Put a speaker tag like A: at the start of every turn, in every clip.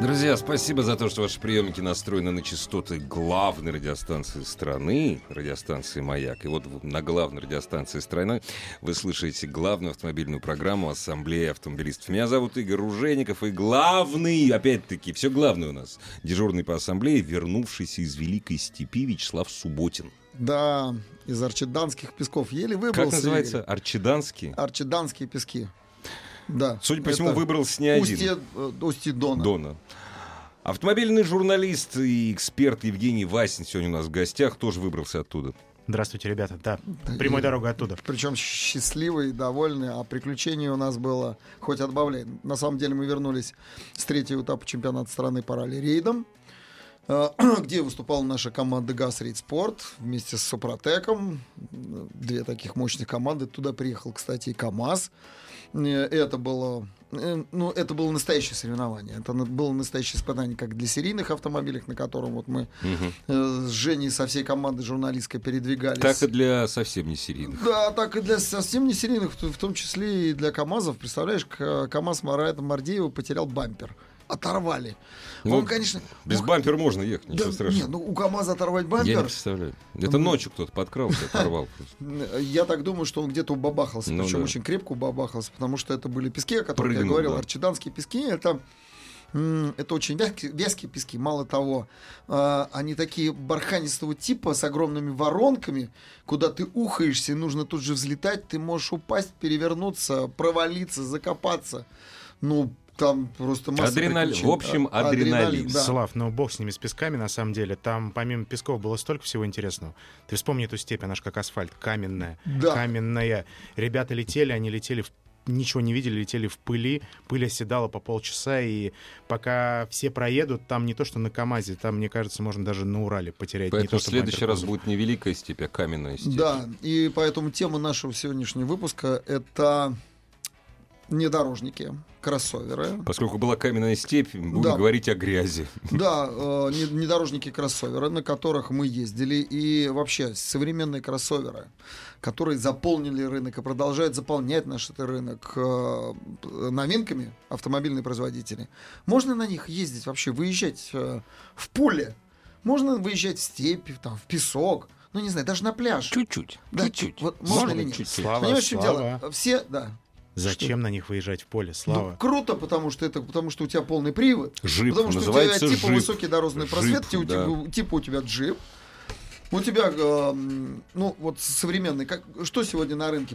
A: Друзья, спасибо за то, что ваши приемники настроены на частоты главной радиостанции страны, радиостанции «Маяк». И вот на главной радиостанции страны вы слышите главную автомобильную программу Ассамблеи автомобилистов. Меня зовут Игорь Ружеников, и главный, опять-таки, все главное у нас, дежурный по Ассамблее, вернувшийся из Великой Степи Вячеслав Субботин.
B: Да, из арчеданских песков еле выбрался.
A: Как называется?
B: Игорь.
A: Арчеданский?
B: Арчеданские пески. Да.
A: Судя по
B: А, это
A: всему, выбрался не один.
B: Устье, э, устье Дона.
A: Дона. Автомобильный журналист и эксперт Евгений Васин сегодня у нас в гостях, тоже выбрался оттуда.
C: Здравствуйте, ребята. Да, прямой дорога оттуда.
B: Причем счастливый, довольный, а приключений у нас было хоть отбавляй. На самом деле мы вернулись с третьего этапа чемпионата страны по ралли-рейдам, э, где выступала наша команда «ГАЗ Рейд Спорт» вместе с «Супротеком». Две таких мощных команды. Туда приехал, кстати, и «КамАЗ». Э, Это было э, ну, это было настоящее соревнование. Это на- было настоящее испытание как для серийных автомобилей, на котором вот мы э, с Женей со всей командой журналистской передвигались.
A: Так и для совсем не серийных.
B: Да, так и для совсем не серийных, в в том числе и для КАМАЗов. Представляешь, к- КАМАЗ Марата Мардеева потерял бампер. Оторвали.
A: Ну,
B: Он, конечно...
A: Без
B: ну,
A: бампера можно ехать,
B: да,
A: ничего
B: не,
A: страшного.
B: ну у КАМАЗа оторвать
A: Я не
B: бампер... Ну,
A: представляю. Это ночью кто-то подкрался, оторвал. просто.
B: э, Я так думаю, что он где-то убабахался,
A: Ну
B: причем
A: да.
B: очень крепко убабахался, потому что это были пески, о которых я
A: Прыгнул,
B: говорил,
A: да.
B: арчеданские пески, это, м, это очень вязкие, вязкие пески, мало того, э, они такие барханистого типа с огромными воронками, куда ты ухаешься, и нужно тут же взлетать, ты можешь упасть, перевернуться, провалиться, закопаться, ну там просто масса
A: Адреналин.
B: приключений.
A: В общем,
B: А-
A: адреналин.
B: да.
C: Слав, ну бог с ними, с песками, на самом деле. Там, помимо песков, было столько всего интересного. Ты вспомни эту степь, она же как асфальт, каменная.
B: Да.
C: Каменная. Ребята летели, они летели в ничего не видели, летели в пыли, пыль оседала по полчаса, и пока все проедут, там не то, что на КАМАЗе, там, мне кажется, можно даже на Урале потерять. не то,
A: Поэтому в
C: что
A: следующий
C: бампер
A: раз
C: кузов.
A: будет не великая степь, а каменная степь.
B: Да, и поэтому тема нашего сегодняшнего выпуска это недорожники, кроссоверы.
A: Поскольку была каменная степь, будем
B: Да.
A: говорить о грязи.
B: Да, э, не- недорожники кроссоверы, на которых мы ездили, и вообще современные кроссоверы, которые заполнили рынок и продолжают заполнять наш этот рынок э, новинками автомобильные производители. Можно на них ездить вообще, выезжать э, в поле, можно выезжать в степь, там, в песок, ну не знаю, даже на пляж.
A: Чуть-чуть.
B: Да,
A: чуть-чуть.
B: вот можно или нет?
A: чуть-чуть.
C: Слава,
B: Понимаешь, в чем
C: Слава.
B: дело? Все, да.
C: Зачем на них выезжать в поле,
B: Ну,
C: Слава?
B: круто, потому что это потому что у тебя полный привод.
A: Джип,
B: потому что
A: называется
B: у тебя типа
A: джип.
B: высокий дорожный
A: Джип,
B: просвет, ти- у
A: да.
B: тебя- типа у тебя джип. У тебя, эм, ну, вот современный, как, что сегодня на рынке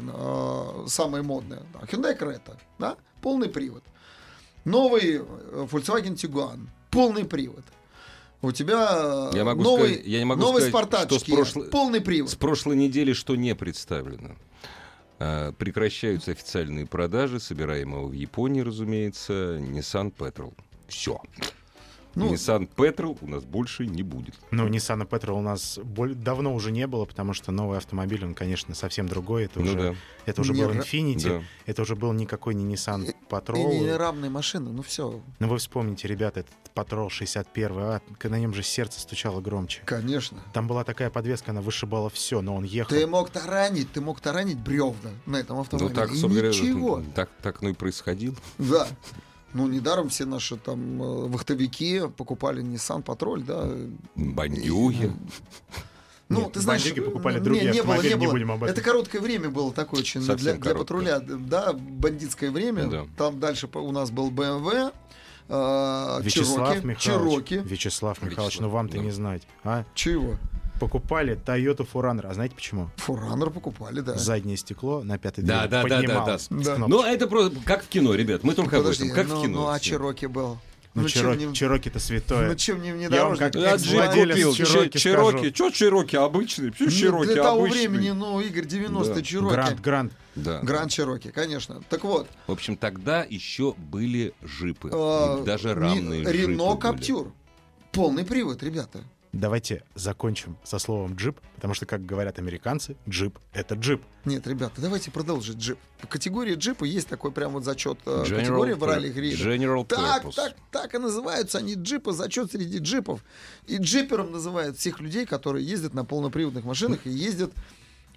B: представлено, э, самое модное? Да, Hyundai Creta, да, полный привод. Новый э, Volkswagen Tiguan, полный привод. У тебя э,
A: Я могу
B: новый,
A: сказать- я не могу
B: новый
A: сказать,
B: Spartak
A: что с
B: Kia,
A: прошлой-
B: полный привод.
A: С прошлой недели что не представлено? А, Прекращаются официальные продажи, собираемого в Японии, разумеется, Nissan Petrol. Все.
B: Ну,
A: Nissan Petrol у нас больше не будет.
C: Ну, Nissan Петрол у нас боль- давно уже не было, потому что новый автомобиль, он, конечно, совсем другой. Это
A: Ну
C: уже,
A: да.
C: это уже
B: Не
C: был
B: ра-
C: Infinity,
A: Да.
C: это уже был никакой не Nissan
B: и
C: Patrol.
B: неравные машины, ну все,
C: Но вы вспомните, ребята, этот Patrol 61, а, к- на нем же сердце стучало громче.
B: конечно.
C: Там была такая подвеска, она вышибала все, но он ехал.
B: Ты мог таранить, ты мог таранить бревна на этом
A: Ну
B: автомобиле.
A: так,
B: И
A: собственно говоря,
B: Ничего.
A: так, так ну и происходило.
B: Да. Ну, недаром все наши там э, вахтовики покупали Nissan Патруль, да.
A: Бандюги.
B: Ну,
C: Нет,
B: ты знаешь,
C: бандюги покупали
B: не-
C: другие
B: не было,
C: автомобили,
B: не
C: не
B: было.
C: будем об этом.
B: Это короткое время было такое очень
A: Совсем
B: для, для
A: короткое.
B: патруля. Да, бандитское время.
A: Да.
B: Там дальше по- у нас был BMW, э,
C: Вячеслав
B: Чироки.
C: Михайлович,
B: Чироки.
C: Вячеслав Михайлович,
A: Вячеслав,
C: ну вам-то
A: да.
C: не знать. А?
B: Чего?
C: Покупали Toyota Forerunner, а знаете почему?
B: Фуранер покупали, да.
C: Заднее стекло на пятой
A: Да, да,
C: двери
A: да, да,
C: поднималось
A: да.
C: с
B: Да.
C: кнопки.
A: Ну, это просто как в кино, ребят. Мы только об этом.
B: Подожди,
A: Как
B: ну,
A: в кино.
B: ну, а Чироки был.
C: Ну,
B: чем
C: Чиро-
B: не-
C: Чироки-то святое.
B: Ну, чем не
C: Я вам
B: внедорожник?
C: как
A: Я джип
C: Владелец
A: купил.
C: Чироки,
A: Чироки,
C: скажу.
A: Чироки. Чё Чироки обычный? Почему
B: Ну,
A: Чироки
B: для того
A: обычный?
B: времени, ну, Игорь, 90-е
A: Да.
B: Чироки.
C: Грант, Грант
A: Да.
B: Гранд Чироки, конечно. Так вот,
A: В общем, тогда еще были жипы.
B: э,
A: И даже
B: не-
A: рамные жипы
B: Рено
A: были.
B: Каптюр. Полный привод, ребята.
C: Давайте закончим со словом джип, потому что, как говорят американцы, джип — это джип.
B: Нет, ребята, давайте продолжить джип. По категории джипа есть такой прям вот зачет э, категории в
A: pur-
B: ралли рейдах.
A: General
B: Так,
A: Purpose.
B: так, так и называются они джипы, зачет среди джипов. И джипером называют всех людей, которые ездят на полноприводных машинах и ездят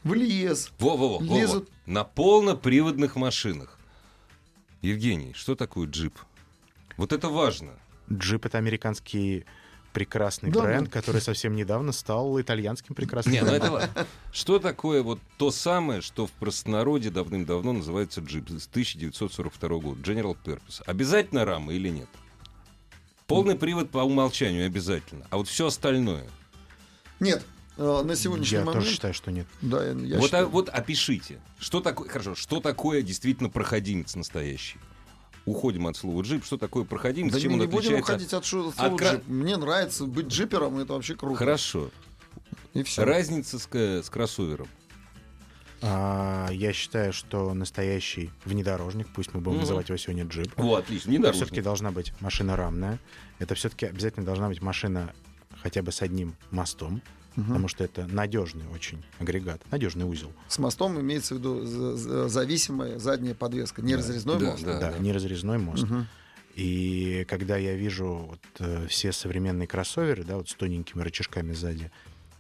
B: в лес.
A: Во-во-во, во-во.
B: Лезут.
A: на полноприводных машинах. Евгений, что такое джип? Вот это важно.
C: Джип — это американский прекрасный
B: Да,
C: бренд,
B: ну.
C: который совсем недавно стал итальянским прекрасным
A: Не, ну
C: брендом.
A: это ладно. Что такое вот то самое, что в простонародье давным-давно называется джип с 1942 года? General Purpose. Обязательно рама или нет? Полный привод по умолчанию обязательно. А вот все остальное.
B: Нет, э, на сегодняшний
C: Я
B: момент...
C: тоже считаю, что нет.
B: Да, я, я
A: вот, а-
B: считаю.
A: вот опишите. Что такое, хорошо, что такое действительно проходимец настоящий? Уходим от слова джип. Что такое проходимец?
B: Да
A: чем
B: не,
A: он
B: не будем
A: отличается?
B: уходить от шоу
A: от кра-
B: Мне нравится быть джипером, это вообще круто.
A: Хорошо.
B: И все.
A: Разница с, к- с кроссовером.
C: А, я считаю, что настоящий внедорожник, пусть мы будем
A: Мгм.
C: называть его сегодня джип,
A: О, отлично.
C: это
A: Ну. Внедорожник.
C: все-таки должна быть машина рамная. Это все-таки обязательно должна быть машина хотя бы с одним мостом, потому что это надежный очень агрегат, надежный узел.
B: С мостом имеется в виду за- за- зависимая задняя подвеска, не разрезной
A: да,
B: мост.
A: да.
C: Да, неразрезной мост.
B: Мгм.
C: И когда я вижу вот, э, все современные кроссоверы, да, вот с тоненькими рычажками сзади,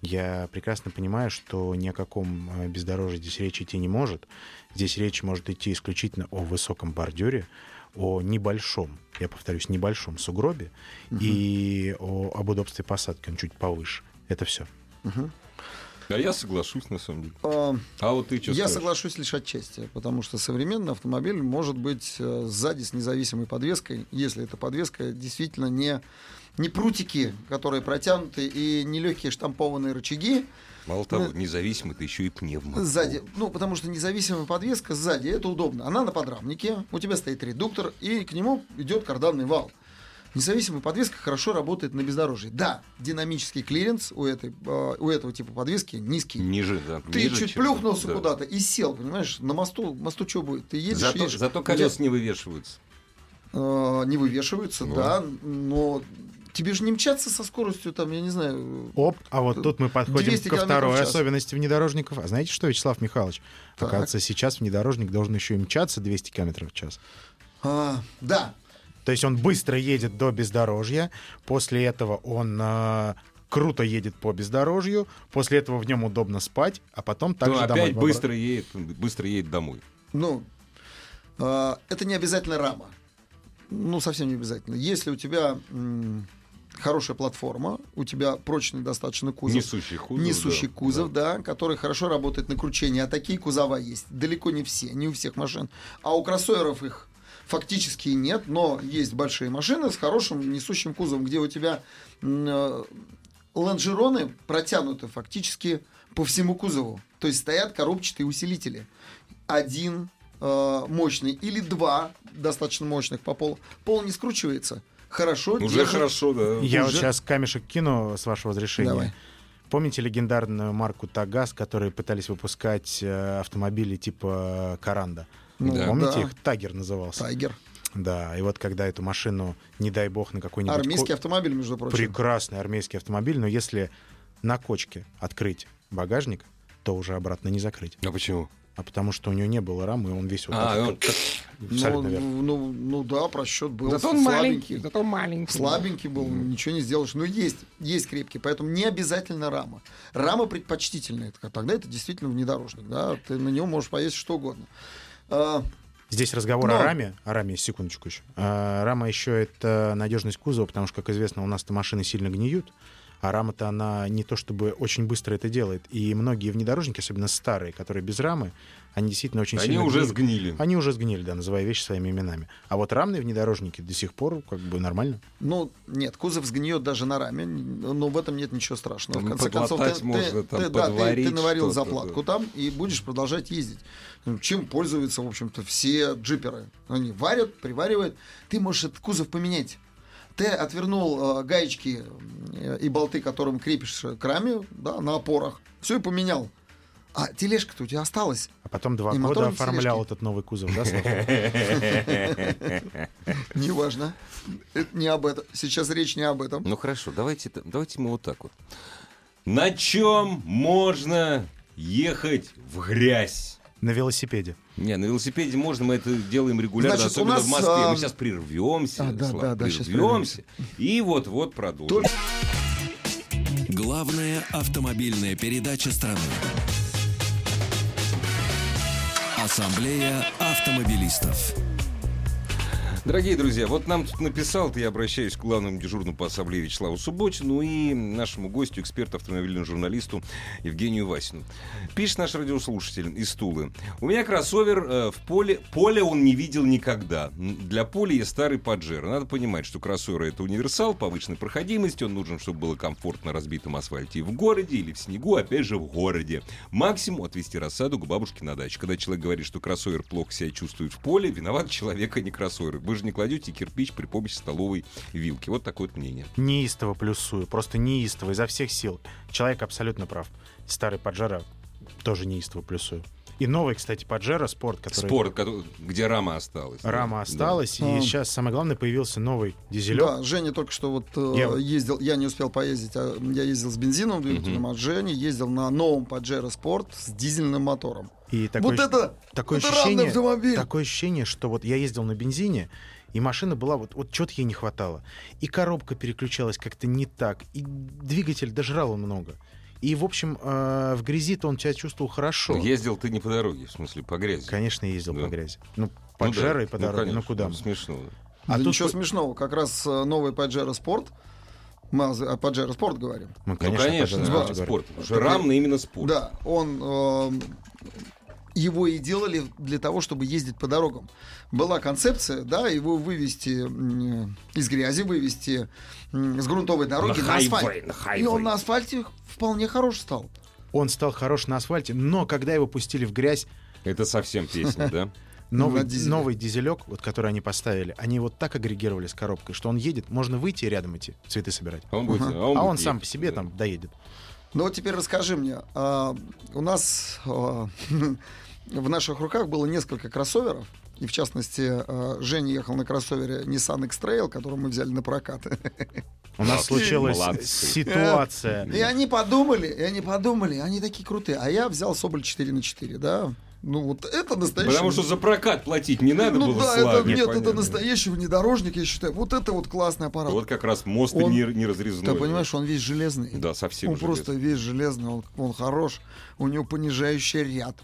C: я прекрасно понимаю, что ни о каком э, бездорожье здесь речь идти не может. Здесь речь может идти исключительно о высоком бордюре, о небольшом, я повторюсь, небольшом сугробе и о, об удобстве посадки, он чуть повыше. Это все.
A: А я соглашусь, на самом деле.
B: Э,
A: А вот ты что
B: Я соглашусь лишь отчасти, потому что современный автомобиль может быть э, сзади с независимой подвеской, если эта подвеска действительно не, не прутики, которые протянуты, и не легкие штампованные рычаги
A: Мало того,
B: Ну,
A: независимый ты еще и пневмо.
B: сзади. Ну, потому что независимая подвеска сзади, это удобно. Она на подрамнике, у тебя стоит редуктор, и к нему идет карданный вал. Независимая подвеска хорошо работает на бездорожье. Да, динамический клиренс у, этой, э, у этого типа подвески низкий.
A: Ниже, да.
B: Ты
A: ниже,
B: чуть
A: чем-
B: плюхнулся
A: да.
B: куда-то и сел, понимаешь, на мосту, мосту что будет? Ты едешь,
A: Зато,
B: едешь.
A: зато
B: у тебя,
A: колес не вывешиваются.
B: э, не вывешиваются,
A: Ну.
B: да, но тебе же не мчаться со скоростью, там, я не знаю,
C: Оп, а вот тут мы подходим
B: 200
C: ко
B: километров в
C: второй
B: час.
C: особенности внедорожников. А знаете что, Вячеслав Михайлович?
B: Так.
C: Оказывается, сейчас внедорожник должен еще и мчаться 200 километров в час.
B: а, да,
C: То есть он быстро едет до бездорожья, после этого он э, круто едет по бездорожью, после этого в нем удобно спать, а потом
A: То
C: также домой.
A: Ну, опять
C: в обра-
A: быстро едет, быстро едет домой.
B: ну, э, это не обязательно рама. Ну, совсем не обязательно. Если у тебя м, хорошая платформа, у тебя прочный достаточно кузов.
A: Несущий кузов.
B: несущий
A: да,
B: кузов,
A: да.
B: да. который хорошо работает на кручении. А такие кузова есть. Далеко не все, не у всех машин. А у кроссоверов их фактически и нет, но есть большие машины с хорошим несущим кузовом, где у тебя м, э, лонжероны протянуты фактически по всему кузову. То есть стоят коробчатые усилители. Один э, мощный или два достаточно мощных по полу. Пол не скручивается. Хорошо,
A: Уже
B: держит.
A: хорошо, да.
C: Я вот
B: Уже?
C: сейчас камешек кину, с вашего разрешения.
B: Давай.
C: Помните легендарную марку Тагаз, которые пытались выпускать э, автомобили типа Каранда?
B: Ну,
A: Да.
C: Помните
B: да.
C: их? Тагер назывался.
B: Тайгер.
C: Да, и вот когда эту машину, не дай бог, на какой-нибудь... ко-
B: Армейский автомобиль, между прочим.
C: прекрасный армейский автомобиль, но если на кочке открыть багажник, то уже обратно не закрыть.
A: А почему?
C: А потому что у него не было рамы, и он весь вот
A: А,
C: так.
A: он так-
C: Абсолютно
B: Ну,
C: верно.
B: ну, ну да, просчет был.
D: Зато он
B: слабенький.
D: маленький, зато он маленький.
B: Слабенький был, ничего не сделаешь. Но есть, есть крепкий, поэтому не обязательно рама. Рама предпочтительная. так- Тогда это действительно внедорожник. Да? Ты на него можешь поесть что угодно. А,
C: Здесь разговор
B: Но-
C: о раме. О раме, секундочку еще. А, рама еще это надежность кузова, потому что, как известно, у нас-то машины сильно гниют. А рама-то она не то чтобы очень быстро это делает. И многие внедорожники, особенно старые, которые без рамы, они действительно очень
A: Они
C: сильно
A: уже
C: гниют.
A: сгнили.
C: Они уже сгнили, да, называя вещи своими именами. А вот рамные внедорожники до сих пор как бы нормально.
B: ну, нет, кузов сгниет даже на раме, но в этом нет ничего страшного. В
A: Там
B: конце концов,
A: подлатать
B: ты,
A: можно,
B: ты-
A: там
B: ты- да, ты- ты
A: подварить
B: наварил
A: что-то,
B: заплатку там и будешь продолжать ездить. Чем пользуются, в общем-то, все джиперы. Они варят, приваривают. Ты можешь этот кузов поменять. Ты отвернул э, гаечки э, и болты, которым крепишь к раме, да, на опорах. Все и поменял. А тележка-то у тебя осталась.
C: А потом два
B: И
C: года
B: мотором
C: оформлял
B: тележки.
C: этот новый кузов, да, Слав?
B: Неважно. Это не об этом. Сейчас речь не об этом.
A: Ну хорошо, давайте, т- давайте мы вот так вот. На чем можно ехать в грязь?
C: На велосипеде.
A: Не, на велосипеде можно, мы это делаем регулярно,
B: Значит, у
A: особенно
B: нас,
A: в Москве.
B: а,
A: Мы сейчас прервемся,
B: а, да,
A: Слав,
B: да, да, щас
A: прервемся, и вот-вот продолжим.
B: Только-
E: Главная автомобильная передача страны. Ассамблея автомобилистов.
A: Дорогие друзья, вот нам тут написал, ты я обращаюсь к главному дежурному по ассамблее Вячеславу Субботину и нашему гостю, эксперту, автомобильному журналисту Евгению Васину. Пишет наш радиослушатель из Тулы. У меня кроссовер э, в поле. Поле он не видел никогда. М, Для поля я старый поджер. Надо понимать, что кроссовер это универсал повышенной проходимости. Он нужен, чтобы было комфортно на разбитом асфальте и в городе, или в снегу, опять же, в городе. Максимум отвести рассаду к бабушке на даче. Когда человек говорит, что кроссовер плохо себя чувствует в поле, виноват человек, а не кроссовер. Вы же не кладете кирпич при помощи столовой вилки. Вот такое вот мнение.
C: Неистово плюсую, просто неистово, изо всех сил. Человек абсолютно прав. Старый Паджеро тоже неистово плюсую. И новый, кстати, Паджеро Спорт, который...
A: Спорт, кото- где рама осталась. да.
C: Рама осталась, и
B: Ам.
C: сейчас самое главное появился новый дизелек.
B: Да, Женя только что вот э,
C: Я-
B: ездил, я не успел поездить, а я ездил с бензиновым двигателем, а Женя ездил на новом Pajero Sport с дизельным мотором.
C: И такое
B: Вот
C: ощущ-
B: это,
C: такое
B: это равный
C: ощущение,
B: автомобиль.
C: такое ощущение, что вот я ездил на бензине, и машина была вот, вот чего-то ей не хватало. И коробка переключалась как-то не так, и двигатель дожрал он много. И, в общем, э, в грязи-то он себя чувствовал хорошо.
A: Ну, Ездил ты не по дороге, в смысле, по грязи.
C: Конечно, ездил
A: Да.
C: по грязи. Ну,
A: Ну да,
C: под жарой, по дороге, ну,
A: конечно,
C: куда мы.
A: Смешно. да.
C: А
B: да
C: тут
B: ничего
C: вы-
B: смешного, как раз э, новый Pajero Sport, мы о о Pajero Sport говорим.
C: Мы,
A: Ну,
C: по
A: конечно,
C: жаре
B: да,
C: говорим.
A: спорт. Потому что Рамный именно спорт.
B: Да, он эм, его и делали для того, чтобы ездить по дорогам. Была концепция, да, его вывести м, из грязи, вывести м, с грунтовой дороги на,
A: хайвей,
B: асфальт.
A: на
B: и
A: хайвей.
B: он на асфальте вполне хорош стал.
C: Он стал хорош на асфальте, но когда его пустили в грязь,
A: Это совсем песня, да?
C: новый,
B: На дизеле.
C: новый дизелек, вот, который они поставили, они вот так агрегировали с коробкой, что он едет, можно выйти и рядом идти, цветы собирать.
A: А он, будет,
B: Ага.
C: А он
A: будет
C: сам по
A: ехать,
C: себе
A: да.
C: там доедет.
B: Ну вот теперь расскажи мне, а, у нас а, в наших руках было несколько кроссоверов, и в частности а, Женя ехал на кроссовере Nissan X-Trail, который мы взяли на прокат.
C: У нас случилась
A: молодцы.
C: ситуация.
B: И они подумали, и они подумали, они такие крутые. А я взял Соболь 4 на 4, да? Ну вот это настоящий...
A: Потому что за прокат платить не надо
B: ну
A: было
B: да,
A: Славе,
B: это, нет,
A: понятно.
B: это настоящий внедорожник, я считаю. Вот это вот классный аппарат.
A: Вот как раз мост
B: Ну, Он-
A: не, не разрезной.
B: Ты понимаешь, он весь железный.
A: Да, совсем
B: Он
A: железный.
B: Ну, просто весь железный, он, он хорош. У него понижающий ряд.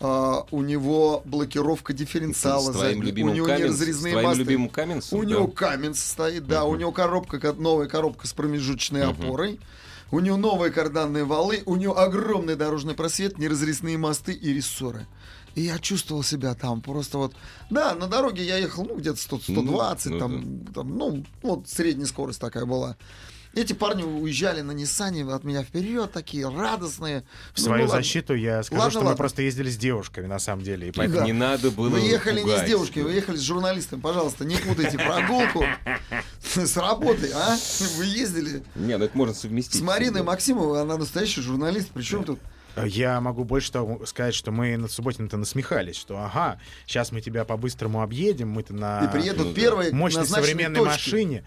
B: а, у него блокировка дифференциала.
A: С твоим
B: задней,
A: любимым
B: у него
A: Каменс-
B: неразрезные
A: с твоим
B: масты.
A: любимым Каменсом,
B: У
A: да.
B: него камень стоит, да. У него коробка, ко- новая коробка с промежуточной опорой. У него новые карданные валы, у него огромный дорожный просвет, неразрезные мосты и рессоры. И я чувствовал себя там просто вот... Да, на дороге я ехал, ну, где-то 100, 120,
A: ну
B: там, там, ну, вот средняя скорость такая была. Эти парни уезжали на Ниссане от меня вперед, такие радостные.
C: В свою
B: ну, ладно.
C: защиту я скажу,
B: Ладно,
C: что мы
B: ладно.
C: просто ездили с девушками, на самом деле. И
A: Поэтому
C: поэтому
B: да.
A: А не надо было
B: Вы ехали не
A: пугать.
B: с девушкой, вы ехали с журналистом. Пожалуйста, не путайте прогулку с работой, а? Вы ездили
A: Не, ну это можно совместить.
B: с Мариной
A: Да.
B: Максимовой, она настоящий журналист. Причем тут...
C: Я могу больше того сказать, что мы на Субботин-то насмехались, что ага, сейчас мы тебя по-быстрому объедем, мы-то на
B: И приедут
A: ну да.
B: первые
C: мощной
B: назначенные
C: современной
B: точки.
C: машине.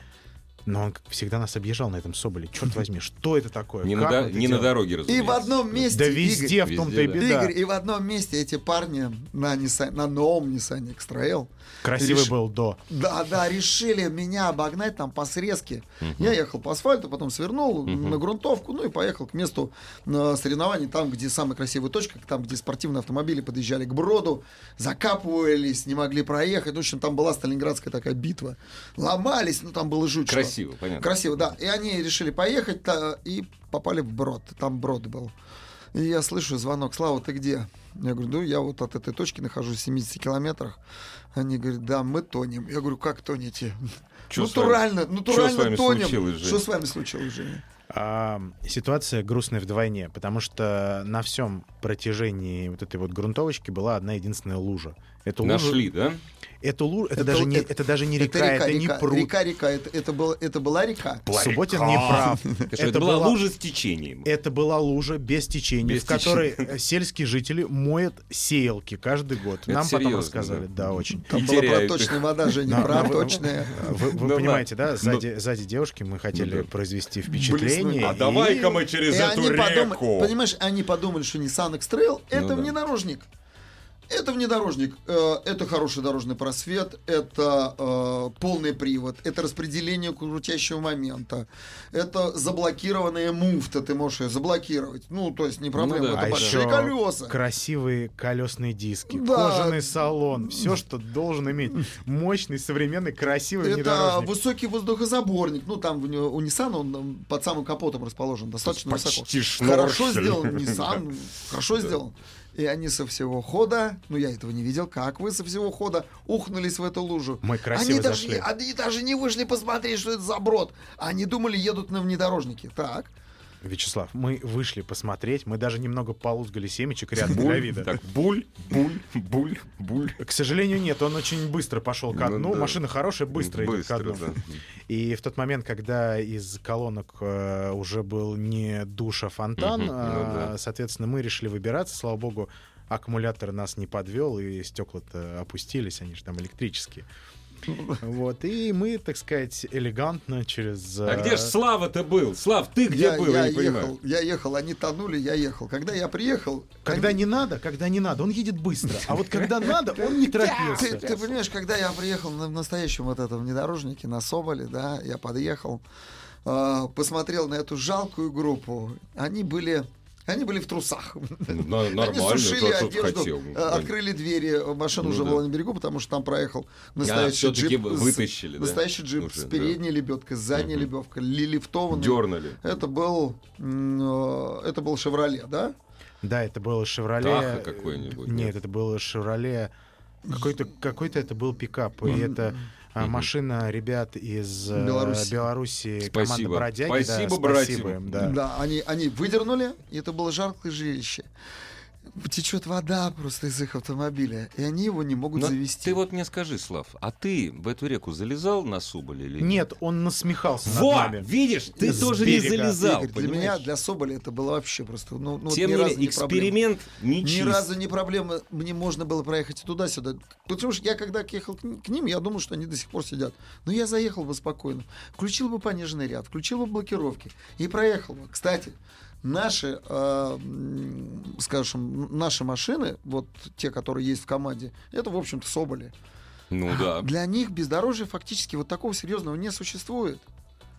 C: Но он, как всегда, нас объезжал на этом Соболе. Черт возьми, что это такое?
A: Не,
C: Как
A: на, до-
C: он это
A: не на
C: делал?
A: дороге,
B: И
A: разумеется.
B: в одном месте...
C: Да
B: Игорь,
C: везде, в том-то и
A: Везде,
C: беда.
B: Игорь, и в одном месте эти парни на, Nissan- на новом Nissan X-Trail
C: Красивый
B: Реш-
C: был до.
B: Да, да, решили меня обогнать там по срезке. Я ехал по асфальту, потом свернул на грунтовку, ну и поехал к месту э, соревнований, там, где самая красивая точка, там, где спортивные автомобили подъезжали к броду, закапывались, не могли проехать. Ну, В общем, там была сталинградская такая битва. Ломались, но там было жуть. что.
A: Красиво, понятно.
B: Красиво, да. И они решили поехать та- и попали в брод. Там брод был. И я слышу звонок, Слава, ты где? Я говорю, ну, я вот от этой точки нахожусь в 70 километрах. Они говорят, да, мы тонем. Я говорю, как тонете?
A: Чё с вами-
B: натурально,
A: чё с
B: натурально
A: вами
B: тонем.
A: случилось, Жень?
B: Что с вами случилось, Женя?
C: А, А, ситуация грустная вдвойне, потому что на всем протяжении вот этой вот грунтовочки была одна единственная лужа. Эту
A: Нашли,
C: лужу,
A: да?
C: эту лужу, это, даже не, это, даже не река, это, не
B: река,
C: пруд.
B: Река, река, это, это, был, это была река?
C: Субботин не прав.
A: Это, что, это была Э, лужа с течением.
C: Это была лужа без течения,
A: Без
C: в которой э, сельские жители моют сеялки каждый год.
A: Это
C: Нам
A: серьезно,
C: потом рассказали,
A: да.
C: да, очень.
B: Там
A: И
B: была
A: теряют
B: проточная вода, Женя,
C: Да, да, вы-
B: проточная.
C: Вы, вы
A: Ну да.
C: понимаете, да? Сзади, сзади девушки мы хотели
A: Ну да.
C: произвести впечатление.
A: А
C: и-
A: давай-ка мы
B: И
A: через эту
B: они подумали,
A: реку. Ну
B: понимаешь, они подумали, что Nissan X-Trail это
A: да.
B: внедорожник. Это внедорожник, э, это хороший дорожный просвет, это э, полный привод, это распределение крутящего момента, это заблокированная муфта, ты можешь ее заблокировать. Ну, то есть не проблема,
A: да.
B: это
C: А
B: большие
C: еще
B: колеса.
C: красивые колесные диски,
B: Да.
C: кожаный салон, все, что должен иметь мощный, современный, красивый
B: Это
C: внедорожник.
B: высокий воздухозаборник. Ну, там у, него- у Nissan он м, под самым капотом расположен, достаточно высоко.
A: Почти шнорхель.
B: Хорошо сделан Nissan, хорошо сделан. И они со всего хода, ну я этого не видел, как вы со всего хода ухнулись в эту лужу.
C: Мы красиво
B: они даже, а
C: зашли.
B: не- они даже не вышли посмотреть, что это за брод. Они думали, едут на внедорожнике. Так.
C: Вячеслав, мы вышли посмотреть, мы даже немного полузгали семечек рядом для
A: Буль,
C: вида.
A: так, буль, буль, буль, буль.
C: К сожалению, нет, он очень быстро пошел ко
A: Ну
C: дну.
A: да.
C: Машина хорошая, быстро,
A: Быстро,
C: идет ко дну.
A: да.
C: И в тот момент, когда из колонок э, уже был не душ, а фонтан,
A: Мгм, ну
C: а,
A: да.
C: соответственно, мы решили выбираться. Слава богу, аккумулятор нас не подвел, и стекла-то опустились, они же там электрические. Вот, и мы, так сказать, элегантно через...
A: А
C: э,
A: где ж Слава-то был? Слав, ты где
B: я,
A: был? Я,
B: я
A: не
B: ехал,
A: понимаю.
B: я ехал, они тонули, я ехал. Когда я приехал,
C: Когда
B: они-
C: не надо, когда не надо, он едет быстро. А вот когда надо, он не
B: Ты,
C: торопился.
B: ты понимаешь, когда я приехал на настоящем вот этом внедорожнике на Соболе, да, я подъехал, э, посмотрел на эту жалкую группу. Они были, они были в трусах.
A: Ну,
B: они
A: Нормально,
B: сушили
A: то, что ты
B: одежду,
A: хотел.
B: э, открыли двери, машина
A: Ну
B: уже
A: да. А,
B: была на берегу, потому что там проехал настоящий
A: всё-таки
B: джип.
A: вы-
B: с-
A: вытащили, да?
B: Настоящий джип
A: Уже,
B: с
A: да.
B: передней лебедкой, с задней
A: Мгм.
B: лебедкой, лилифтованный.
A: Дернули.
B: Это был, м, э, это был Шевроле, да?
C: Да, это было Шевроле.
A: Таха какой-нибудь,
C: Нет,
A: нет?
C: это было Шевроле. Какой-то какой это был пикап. И это а,
A: Мгм.
C: машина ребят из э,
B: Беларуси.
C: Белоруссии, команда
A: Спасибо.
C: Бродяги. да,
A: Спасибо,
C: спасибо
A: братьям.
C: им,
B: Да,
C: да.
B: они, они выдернули, и это было жаркое жилище. Течет вода просто из их автомобиля, и они его не могут
A: Но
B: завести.
A: Ты вот мне скажи, Слав, а ты в эту реку залезал на Суболе или
C: Нет, он насмехался
A: Во,
C: над нами.
A: видишь, ты
C: С
A: тоже не
C: берега.
A: залезал,
B: Игорь, для меня,
A: понимаешь?
B: для Соболя это было вообще просто... Ну, ну, вот
A: Тем
B: ни
A: не
B: разу
A: менее,
B: не проблема.
A: эксперимент не
B: Ни
A: чист.
B: разу не проблема, мне можно было проехать и туда-сюда. Потому что я когда ехал к ни- к ним, я думал, что они до сих пор сидят. Но я заехал бы спокойно, включил бы пониженный ряд, включил бы блокировки и проехал бы. Кстати, наши, э, м, скажем, наши машины, вот те, которые есть в команде, это, в общем-то, Соболи.
A: Ну да.
B: Для них бездорожье фактически вот такого серьезного не существует.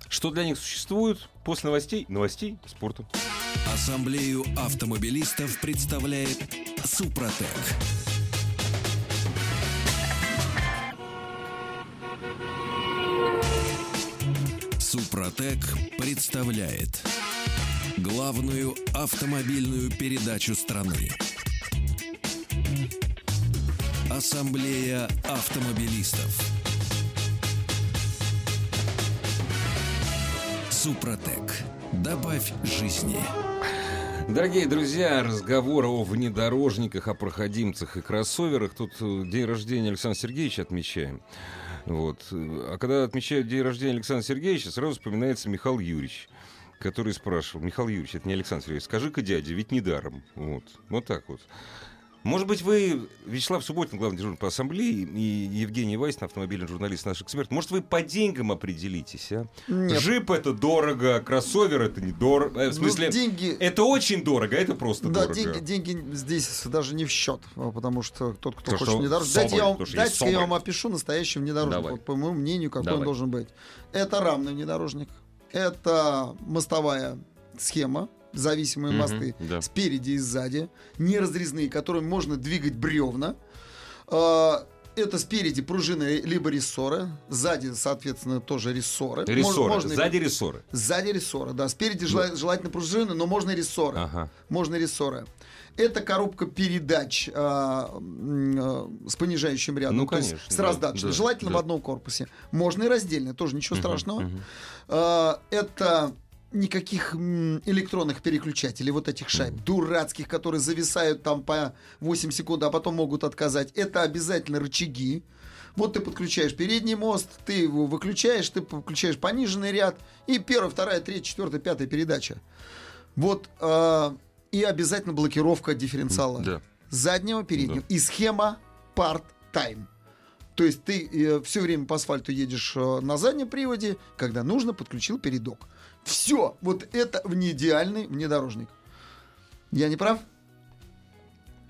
A: Что для них существует? После новостей, новостей, спорта.
E: Ассамблею автомобилистов представляет Супротек. Супротек представляет главную автомобильную передачу страны. Ассамблея автомобилистов. Супротек. Добавь жизни.
A: Дорогие друзья, разговор о внедорожниках, о проходимцах и кроссоверах. Тут э, день рождения Александра Сергеевича отмечаем. Вот. Э, А когда отмечают день рождения Александра Сергеевича, сразу вспоминается Михаил Юрьевич, который спрашивал, Михаил Юрьевич, это не Александр Сергеевич, скажи-ка, дядя, ведь не даром. Вот. вот так вот. Может быть, вы, Вячеслав Субботин, главный дежурный по ассамблее, и Евгений Вайсин, автомобильный журналист, наш эксперт, может, вы по деньгам определитесь, а?
B: Нет.
A: Джип — это дорого, а кроссовер — это недорого. Э, В
B: Ну,
A: смысле,
B: деньги...
A: это очень дорого, а это просто
B: Да,
A: дорого.
B: деньги, деньги здесь даже не в счет, а, потому что тот, кто
A: Потому
B: хочет
A: что
B: внедорожник...
A: Соболь,
B: Дайте я вам,
A: потому что
B: дайте-ка
A: есть
B: я
A: Соболь.
B: вам опишу настоящий внедорожник,
A: Давай.
B: вот по моему мнению, какой
A: Давай.
B: он должен быть. Это рамный внедорожник, это мостовая схема, зависимые
A: Мгм,
B: мосты
A: да.
B: спереди и сзади, неразрезные, которыми можно двигать бревна. А, Это спереди пружины либо рессоры, сзади, соответственно, тоже рессоры. Мож-
A: Рессоры,
B: можно-
A: сзади рессоры.
B: Сзади рессоры, да. Спереди жела- желательно пружины, но можно и рессоры.
A: Ага.
B: Можно рессоры. Это коробка передач а, м, а, с понижающим рядом.
A: Ну,
B: то есть
A: конечно,
B: С
A: да,
B: раздатчиной.
A: да,
B: желательно
A: да.
B: в одном корпусе. Можно и раздельно, тоже ничего страшного.
A: мгм.
B: А, Э, это никаких м, электронных переключателей, вот этих шайб, дурацких, которые зависают там по 8 секунд, а потом могут отказать. Это обязательно рычаги. Вот ты подключаешь передний мост, ты его выключаешь, ты подключаешь пониженный ряд, и первая, вторая, третья, четвертая, пятая передача. Вот, э, и обязательно блокировка дифференциала.
A: Да.
B: Заднего, переднего. И схема part-time. То есть ты все время по асфальту едешь э, на заднем приводе, когда нужно, подключил передок. Все, вот это внеидеальный внедорожник. Я не прав?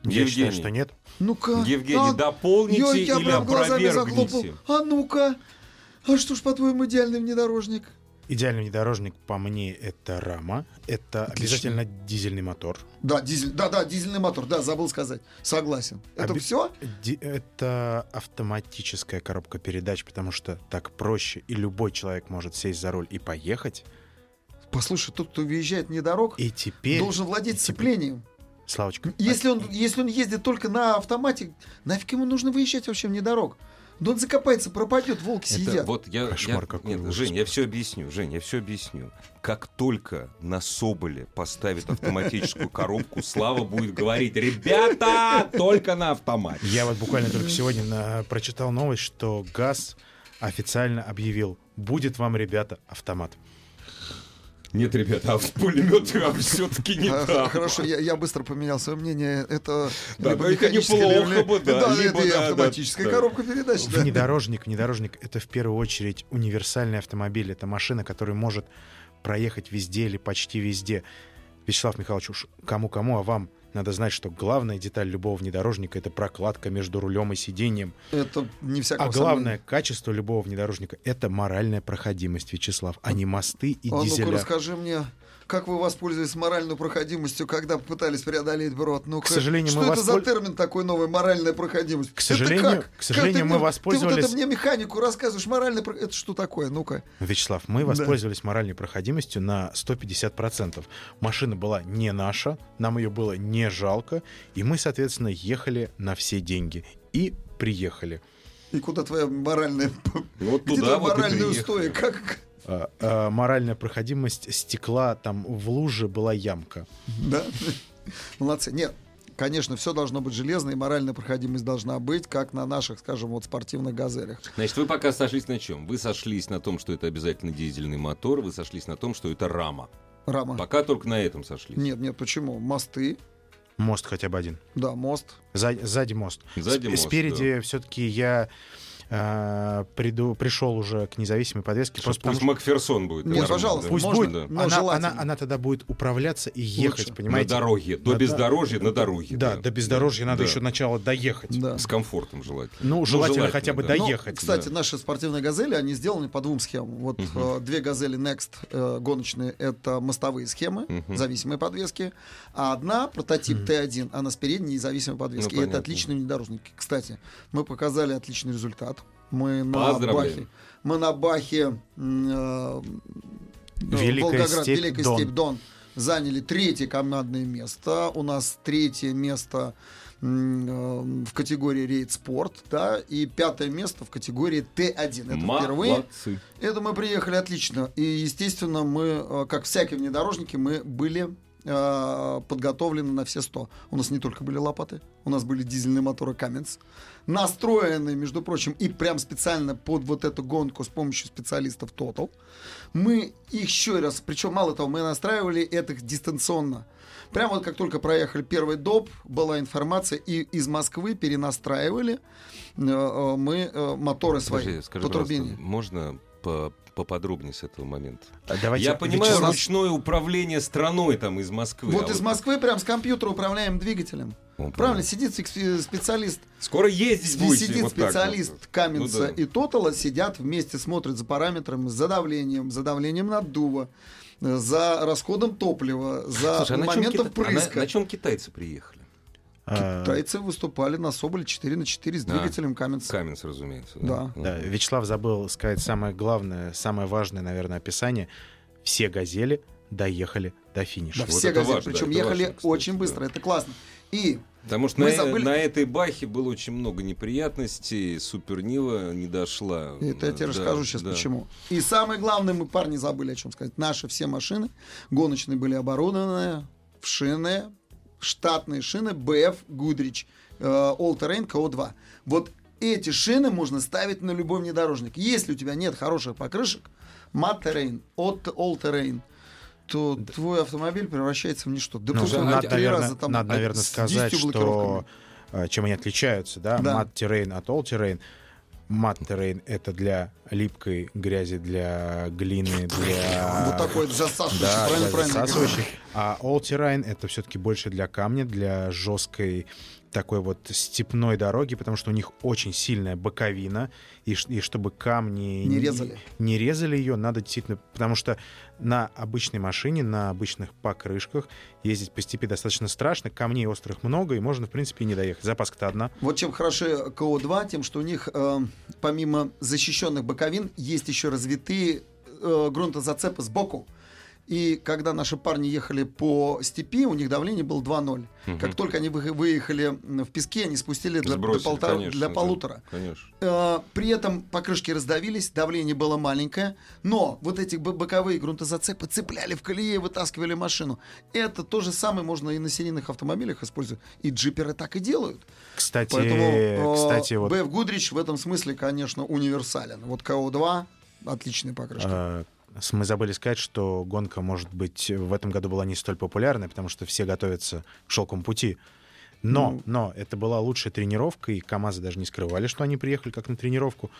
C: Я считаю,
A: Евгений.
C: что нет.
B: Ну-ка.
A: Евгений,
B: Ну,
A: дополните
B: я, я
A: или
B: прям глазами
A: опровергните?
B: захлопал. А ну-ка. А что ж, по-твоему, идеальный внедорожник?
C: Идеальный внедорожник, по мне, это рама. Это обязательно дизельный мотор.
B: Да, дизель, да, да, дизельный мотор, да, забыл сказать. Согласен. Это
C: Обе-
B: все?
C: Ди- это автоматическая коробка передач, потому что так проще, и любой человек может сесть за руль и поехать.
B: Послушай, тот, кто выезжает не дорог,
C: И теперь,
B: должен владеть
A: Типа
B: сцеплением.
C: Славочка,
B: Если он, если он ездит только на автомате, нафиг ему нужно выезжать вообще мне дорог? Да он закопается, пропадет, волки
A: Это
B: съедят.
A: вот я,
C: Кошмар
A: я-
C: какой,
A: нет,
C: ужас
A: Жень, я все объясню, Жень, я все объясню. Как только на Соболе поставят автоматическую коробку, Слава будет говорить, ребята, только на автомате.
C: я вот буквально только сегодня на- прочитал новость, что ГАЗ официально объявил, будет вам, ребята, автомат.
A: Нет, ребята, а в пулеметы вам все-таки не
B: А,
A: дам.
B: Хорошо, я, я быстро поменял свое мнение. Это
A: Да,
B: либо
A: но это
B: механическое
A: неплохо
B: явление-
A: бы, да, либо
B: это и
A: да, да,
B: автоматическая
A: да.
B: коробка передач. да.
C: Внедорожник, внедорожник — это в первую очередь универсальный автомобиль. Это машина, которая может проехать везде или почти везде. Вячеслав Михайлович, уж кому-кому, а вам надо знать, что главная деталь любого внедорожника — это прокладка между рулем и сиденьем.
B: Это не всякого
C: А главное качество любого внедорожника — это моральная проходимость, Вячеслав, а не мосты и
B: сомнения. А ну-ка,
C: дизеля.
B: расскажи мне, как вы воспользовались моральной проходимостью, когда пытались преодолеть брод? Ну,
C: К сожалению,
B: что
C: мы
B: это за
C: воспольз-
B: термин такой новый, моральная проходимость?
C: К сожалению-
B: это как?
C: к сожалению,
B: Как ты
C: мы
B: мне- Ты вот
C: воспользовались-
B: это мне механику рассказываешь, моральная про- Это что такое? Ну-ка.
C: Вячеслав, мы
B: Да.
C: воспользовались моральной проходимостью на 150%. Машина была не наша, нам ее было не жалко, и мы, соответственно, ехали на все деньги. И приехали.
B: И куда твоя моральная...
A: Вот
B: Где
A: туда
B: твоя
A: вот и
B: моральная
A: приехали.
B: устоя? Как...
C: А, а, моральная проходимость стекла, там в луже была ямка.
B: Да? Молодцы. Нет, конечно, все должно быть железно, и моральная проходимость должна быть, как на наших, скажем, вот спортивных газелях.
A: Значит, вы пока сошлись на чем? Вы сошлись на том, что это обязательно дизельный мотор, вы сошлись на том, что это рама.
B: Рама.
A: Пока только на этом сошлись.
B: Нет, нет, почему? Мосты,
C: Мост хотя бы один.
B: да, мост.
C: Сзади, сзади мост.
A: Сзади
C: Сп-
A: мост,
C: Спереди все-таки я э, приду, пришел уже к независимой подвеске.
A: Сейчас
C: Просто потому
A: пусть
C: что
A: Макферсон будет.
B: Нет,
A: Нормально,
B: пожалуйста,
A: да.
C: пусть
B: можно,
C: будет.
A: да.
B: но
C: она,
B: желательно.
C: она- она тогда будет управляться и ехать,
B: Лучше.
C: понимаете?
A: На дороге. До
C: На-
A: бездорожья на дороге.
C: Да, до бездорожья надо
A: Да.
C: еще начало доехать.
B: Да.
A: С комфортом желательно.
C: Ну, желательно хотя бы
A: да.
B: Ну,
C: ехать,
B: кстати,
A: да.
B: наши спортивные газели, они сделаны по двум схемам. Вот э, две газели Next э, гоночные — это мостовые схемы,
A: Мгм.
B: зависимые подвески, а одна, прототип Т1, она с передней и зависимой подвески. и
A: Ну, понятно.
B: это отличные внедорожники. Кстати, мы показали отличный результат. Мы на
A: Поздравляем.
B: Бахе... Мы на Бахе... м, э,
C: Великая
B: Волгоград,
C: степь,
B: Великая
C: Дон.
B: степь, Дон. Заняли третье командное место. У нас третье место м, э, в категории рейд спорт, да, и пятое место в категории Т1. Это впервые.
A: Молодцы.
B: Это мы приехали отлично. И, естественно, мы, э, как всякие внедорожники, мы были э, подготовлены на все 100. У нас не только были лопаты, у нас были дизельные моторы Каменс, настроены, между прочим, и прям специально под вот эту гонку с помощью специалистов Total. Мы их еще раз, причем мало того, мы настраивали это дистанционно. Прямо вот как только проехали первый доп, была информация, и из Москвы перенастраивали э, э, мы э, моторы свои
A: Скажи, скажи,
B: по турбине.
A: пожалуйста, можно по- попоподробнее с этого момента?
C: А Давайте,
A: Я понимаю,
C: Вячеслав,
A: ручное управление страной там из Москвы.
B: Вот
A: а
B: из Москвы прям с компьютера управляем двигателем.
A: О,
B: Правильно,
A: правильно.
B: сидит секс- э, специалист,
A: Скоро ездить будете.
B: сидит
A: вот так вот.
B: специалист Каменца
A: Ну да.
B: и Тотала, сидят вместе, смотрят за параметрами, за давлением, за давлением наддува, э, за расходом топлива, за
A: Слушай, а на чем
B: моментом
A: кита- а на-
B: прыска.
A: на чем китайцы приехали?
C: а,
B: Китайцы выступали на Соболе 4 на 4 с
A: А,
B: двигателем Каменца.
A: Каменс, разумеется.
B: Да.
A: Ну,
C: да, Вячеслав забыл сказать самое главное, самое важное, наверное, описание. Все газели доехали до финиша.
B: Да,
A: Вот
B: все
A: это
B: газели.
A: важно, да,
B: Причем
A: это
B: ехали
A: важно, кстати,
B: очень быстро.
A: да.
B: Это классно. И
A: Потому что
B: Мы
A: на, э-
B: забыли-
A: на этой бахе было очень много неприятностей, Супернила не дошла.
B: Это я
A: Да,
B: тебе расскажу сейчас
A: да.
B: почему. И самое главное, мы парни забыли о чем сказать. Наши все машины гоночные были оборудованы в шины, штатные шины BF Goodrich э, All Terrain KO2. Вот эти шины можно ставить на любой внедорожник. Если у тебя нет хороших покрышек, Mad Terrain, от All Terrain, то твой автомобиль превращается в ничто. Да
C: Ну,
B: просто
A: да,
B: он
C: надо,
B: три
C: наверное,
B: раза там
C: надо, наверное,
B: с
C: сказать,
B: 10
C: что
B: блокировками.
C: э, чем они отличаются, да,
B: Да.
C: мат террейн от all террейн. Мат террейн это для липкой грязи, для глины, для
B: а Вот такой засасывающий,
C: да,
B: правильно,
C: для
B: правильно. я говорю.
C: засасывающих. А all terrain это все-таки больше для камня, для жесткой такой вот степной дороги, потому что у них очень сильная боковина, и, ш- и чтобы камни
B: Не резали.
C: не резали ее, надо действительно, потому что на обычной машине, на обычных покрышках ездить по степи достаточно страшно, камней острых много, и можно, в принципе, и не доехать. Запаска-то одна.
B: Вот чем хороши КО-2, тем, что у них э, помимо защищенных боковин есть еще развитые э, грунтозацепы сбоку. И когда наши парни ехали по степи, у них давление было 2-0.
A: Мгм.
B: Как только они вы- выехали м, в песке, они спустили для, до
A: Сбросили,
B: полтора-
A: конечно,
B: для
A: да,
B: полутора.
A: Конечно.
B: Э, При этом покрышки раздавились, давление было маленькое, но вот эти бо- боковые грунтозацепы цепляли в колее и вытаскивали машину. Это то же самое можно и на серийных автомобилях использовать. И джиперы так и делают.
C: Кстати,
B: Поэтому, э,
C: кстати, вот
B: Бэв Гудрич в этом смысле, конечно, универсален. Вот КО-2 отличные покрышки.
C: Э, с- Мы забыли сказать, что гонка, может быть, в этом году была не столь популярной, потому что все готовятся к шелком пути. Но,
B: Ну.
C: но это была лучшая тренировка, и КАМАЗы даже не скрывали, что они приехали как на тренировку.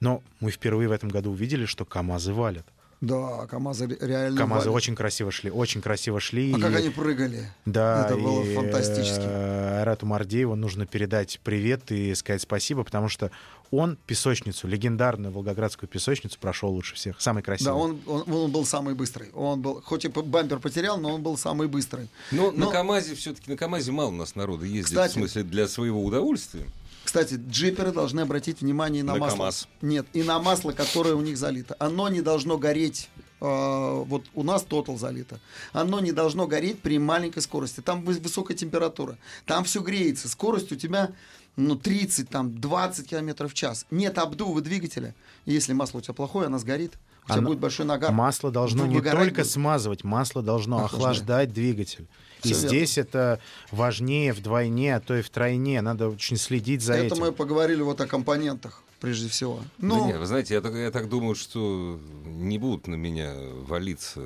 C: Но мы впервые в этом году увидели, что КАМАЗы валят.
B: Да, КАМАЗы ре- реально.
C: КАМАЗы
B: Ну, валят.
C: очень красиво шли, очень красиво шли.
B: А как
C: и-
B: они прыгали?
C: да,
B: Это было
C: и,
B: фантастически.
C: э, Айрату Мардееву нужно передать привет и сказать спасибо, потому что он песочницу, легендарную волгоградскую песочницу прошел лучше всех, самый красивый.
B: Да, он, он, он был самый быстрый. Он был, хоть и п- бампер потерял, но он был самый быстрый.
A: Но,
B: Но-
A: на КАМАЗе все-таки, на КАМАЗе мало у нас народа ездит.
B: Кстати-
A: В смысле, для своего удовольствия.
B: Кстати, джиперы должны обратить внимание и на,
A: На
B: масло.
A: КамАЗ.
B: Нет, и на масло, которое у них залито. Оно не должно гореть. э, вот у нас тотал залито. Оно не должно гореть при маленькой скорости. Там выс- высокая температура. Там все греется. Скорость у тебя ну, 30, там, 20 километров в час. Нет обдува двигателя. И Если масло у тебя плохое, оно сгорит. У тебя
C: Оно-
B: будет большой нагар.
C: Масло должно
B: Ну,
C: не
B: выгорать
C: только
B: будет.
C: смазывать, масло должно
B: Охлаждать.
C: охлаждать двигатель. И
B: Всё верно.
C: здесь это важнее вдвойне, а то и втройне. Надо очень следить за
B: Это
C: этим.
B: мы поговорили вот о компонентах, прежде всего.
A: Да
B: Ну,
A: нет, вы знаете, я так, я так думаю, что не будут на меня валиться,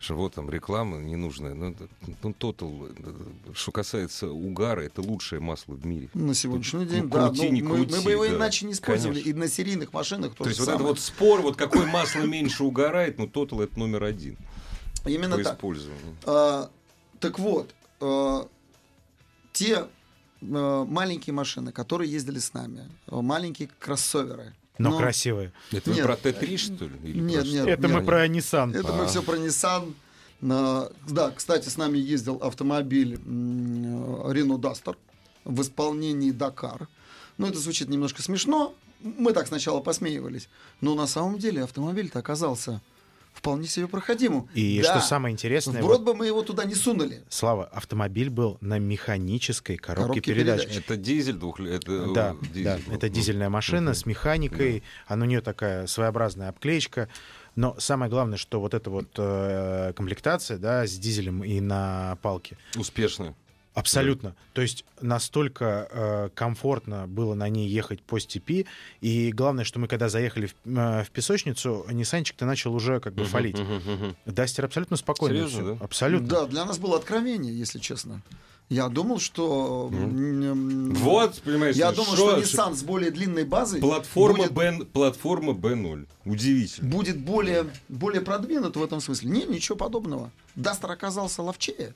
A: что вот там реклама ненужная. Ну, это- ну, Total, э, что касается угара, это лучшее масло в мире.
B: на сегодняшний
A: Ну,
B: день,
A: крути,
B: да, ну,
A: не
B: мы,
A: крути,
B: мы бы его
A: да,
B: иначе не использовали.
A: конечно.
B: И на серийных машинах
A: То,
B: тоже.
A: есть вот это вот спор, вот какое масло меньше угорает, ну, Total это номер один
B: Именно
A: по
B: так.
A: использованию.
B: А, так вот, а, те а, маленькие машины, которые ездили с нами, а, маленькие кроссоверы.
C: Но
B: ну,
C: красивые.
A: Это вы
B: Нет.
A: про Т3, что ли? Или
B: Нет,
A: про что?
B: нет, Это нет. мы
A: Понятно.
C: Nissan.
B: Это мы все про Nissan. А, Да, кстати, с нами ездил автомобиль Рено Дастер в исполнении Дакар. Ну, это звучит немножко смешно. Мы так сначала посмеивались. Но на самом деле автомобиль-то оказался вполне себе проходимым.
C: И
B: Да,
C: что самое интересное,
B: Вброд
C: вот,
B: бы мы его туда не сунули.
C: Слава, автомобиль был на механической коробке,
B: Коробке
C: передач.
B: передач.
A: Это дизель двухле... Это,
C: Да,
A: э, дизель.
C: да,
A: Ну,
C: это
A: ну,
C: дизельная машина
A: мгм.
C: с механикой, она у нее такая своеобразная обклеечка. Но самое главное, что вот эта вот э, комплектация, да, с дизелем и на палке,
A: Успешно.
C: Абсолютно. То есть настолько э, комфортно было на ней ехать по степи. И главное, что мы когда заехали в, э, в песочницу, Ниссанчик-то начал уже как бы фалить. Дастер абсолютно спокойно.
A: Серьезно,
C: всё.
A: да?
C: Абсолютно.
B: Да, для нас было откровение, если честно. Я думал, что... м,
A: Вот, понимаешь,
B: Ну, Я думал, что Nissan с более длинной базой
A: Платформа,
B: будет,
A: Б, платформа B0. Удивительно.
B: будет более, более продвинут в этом смысле. Не, ничего подобного. Дастер оказался ловчее.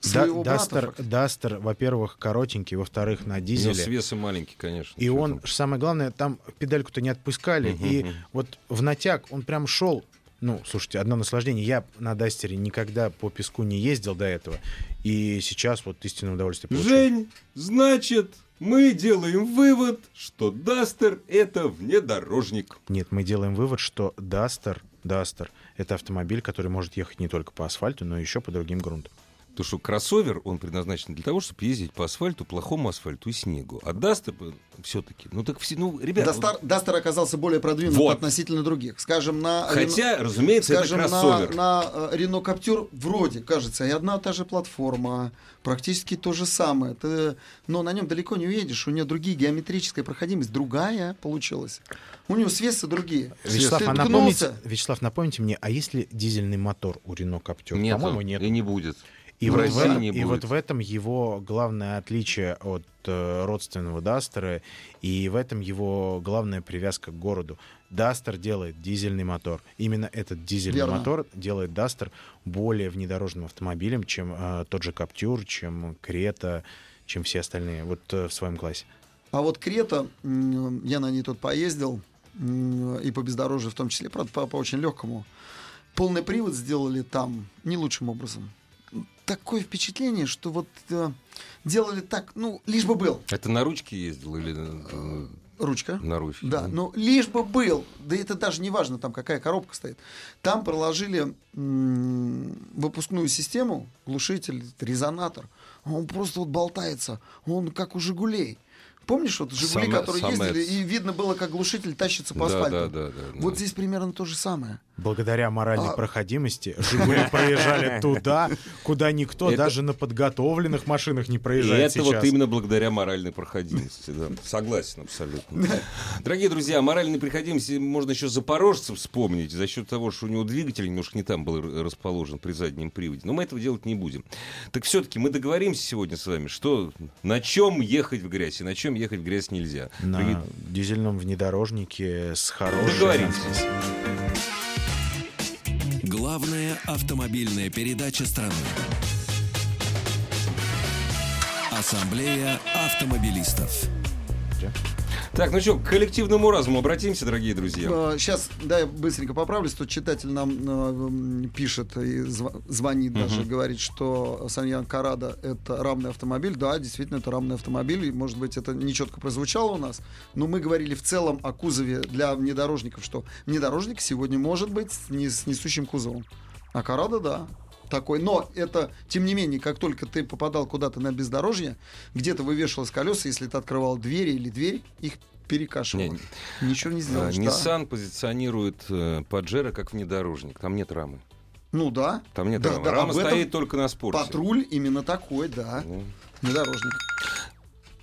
C: Да-
B: Своего брата
C: Дастер,
B: фактически.
C: Дастер, во-первых, коротенький, во-вторых, на
A: Но
C: дизеле.
A: с весом маленький, конечно.
C: И
A: Чё
C: он,
A: там.
C: ж самое главное, там педальку-то не отпускали.
A: Мгм,
C: И
A: мгм.
C: вот в натяг он прям шел. Ну, слушайте, одно наслаждение. Я на Дастере никогда по песку не ездил до этого. И сейчас вот истинное удовольствие получаю.
A: Жень, значит, мы делаем вывод, что Дастер это внедорожник.
C: Нет, мы делаем вывод, что Дастер, Дастер — это автомобиль, который может ехать не только по асфальту, но еще по другим грунтам.
A: Потому что кроссовер, он предназначен для того, чтобы ездить по асфальту, плохому асфальту и снегу. А Дастер все-таки... Ну так все... Ну, ребята...
B: Дастер, Дастер оказался более продвинутым
A: Вот.
B: относительно других. Скажем, на...
A: Хотя, разумеется, это
B: Скажем, на,
A: кроссовер.
B: на Рено Каптюр вроде, кажется, и одна та же платформа, практически то же самое. Ты- но на нем далеко не уедешь, у нее другие геометрическая проходимость, другая получилась. У него свесы другие.
C: Вячеслав,
B: Ты
C: а
B: ткнулся.
C: напомните, Вячеслав, напомните мне, а если дизельный мотор у Рено Каптер?
A: Нету.
C: По-моему, нет.
A: И не будет.
C: И,
A: в
C: вот
A: России
C: в этом,
A: не
C: и
A: будет.
C: вот в этом его главное отличие от э, родственного Дастера, и в этом его главная привязка к городу. Дастер делает дизельный мотор. Именно этот дизельный
B: Верно.
C: мотор делает Дастер более внедорожным автомобилем, чем э, тот же Каптюр, чем Крета, чем все остальные вот э, в своем классе.
B: А вот Крета, м, я на ней тут поездил, м, и по бездорожью в том числе, правда, по, по очень легкому. Полный привод сделали там не лучшим образом. Такое впечатление, что вот э, делали так, ну, лишь бы был.
A: Это на ручке ездил или э,
B: Ручка.
A: на ручке?
B: Да, ну лишь бы был. Да это даже не важно, там какая коробка стоит. Там проложили м, выпускную систему, глушитель, резонатор. Он просто вот болтается. Он как у Жигулей. Помнишь, вот Жигули,
A: Самое-
B: которые
A: самое-
B: ездили, и видно было, как глушитель тащится по
A: Да,
B: асфальту.
A: да, да, да,
B: Вот
A: да.
B: здесь примерно то же самое.
C: Благодаря моральной
B: А-
C: проходимости «Жигули» проезжали туда, куда никто
A: Это-
C: даже на подготовленных машинах не
A: И
C: проезжает
A: это
C: сейчас.
A: вот именно благодаря моральной проходимости. да. Согласен абсолютно. Дорогие друзья, о моральной проходимости можно еще запорожцев вспомнить за счет того, что у него двигатель немножко не там был р- расположен при заднем приводе. Но мы этого делать не будем. Так все-таки мы договоримся сегодня с вами, что на чем ехать в грязь и на чем ехать в грязь нельзя. Дорогие-
C: на дизельном внедорожнике с хорошей...
A: Договорились.
E: Главная автомобильная передача страны. Ассамблея автомобилистов.
A: Так, ну что, к коллективному разуму обратимся, дорогие друзья.
B: Сейчас, Э, да, я быстренько поправлюсь. Тут читатель нам э, м, пишет и зв- звонит даже, говорит, что Саньян Карада — это рамный автомобиль. Да, действительно, это рамный автомобиль. И, может быть, это нечетко прозвучало у нас, но мы говорили в целом о кузове для внедорожников, что внедорожник сегодня может быть с, не- с несущим кузовом. А Карада — да. Такой. Но это, тем не менее, как только ты попадал куда-то на бездорожье, где-то вывешивалось колеса, если ты открывал двери или дверь, их перекашивало.
A: Не,
B: Ничего не
A: А,
B: сделаешь. да.
A: Nissan позиционирует э, Паджеро как внедорожник. Там нет рамы.
B: Ну да.
A: Там нет
B: Да,
A: рамы.
B: да,
A: Рама
B: об этом
A: стоит только на спорте.
B: Патруль именно такой, да.
A: Ну.
B: Внедорожник.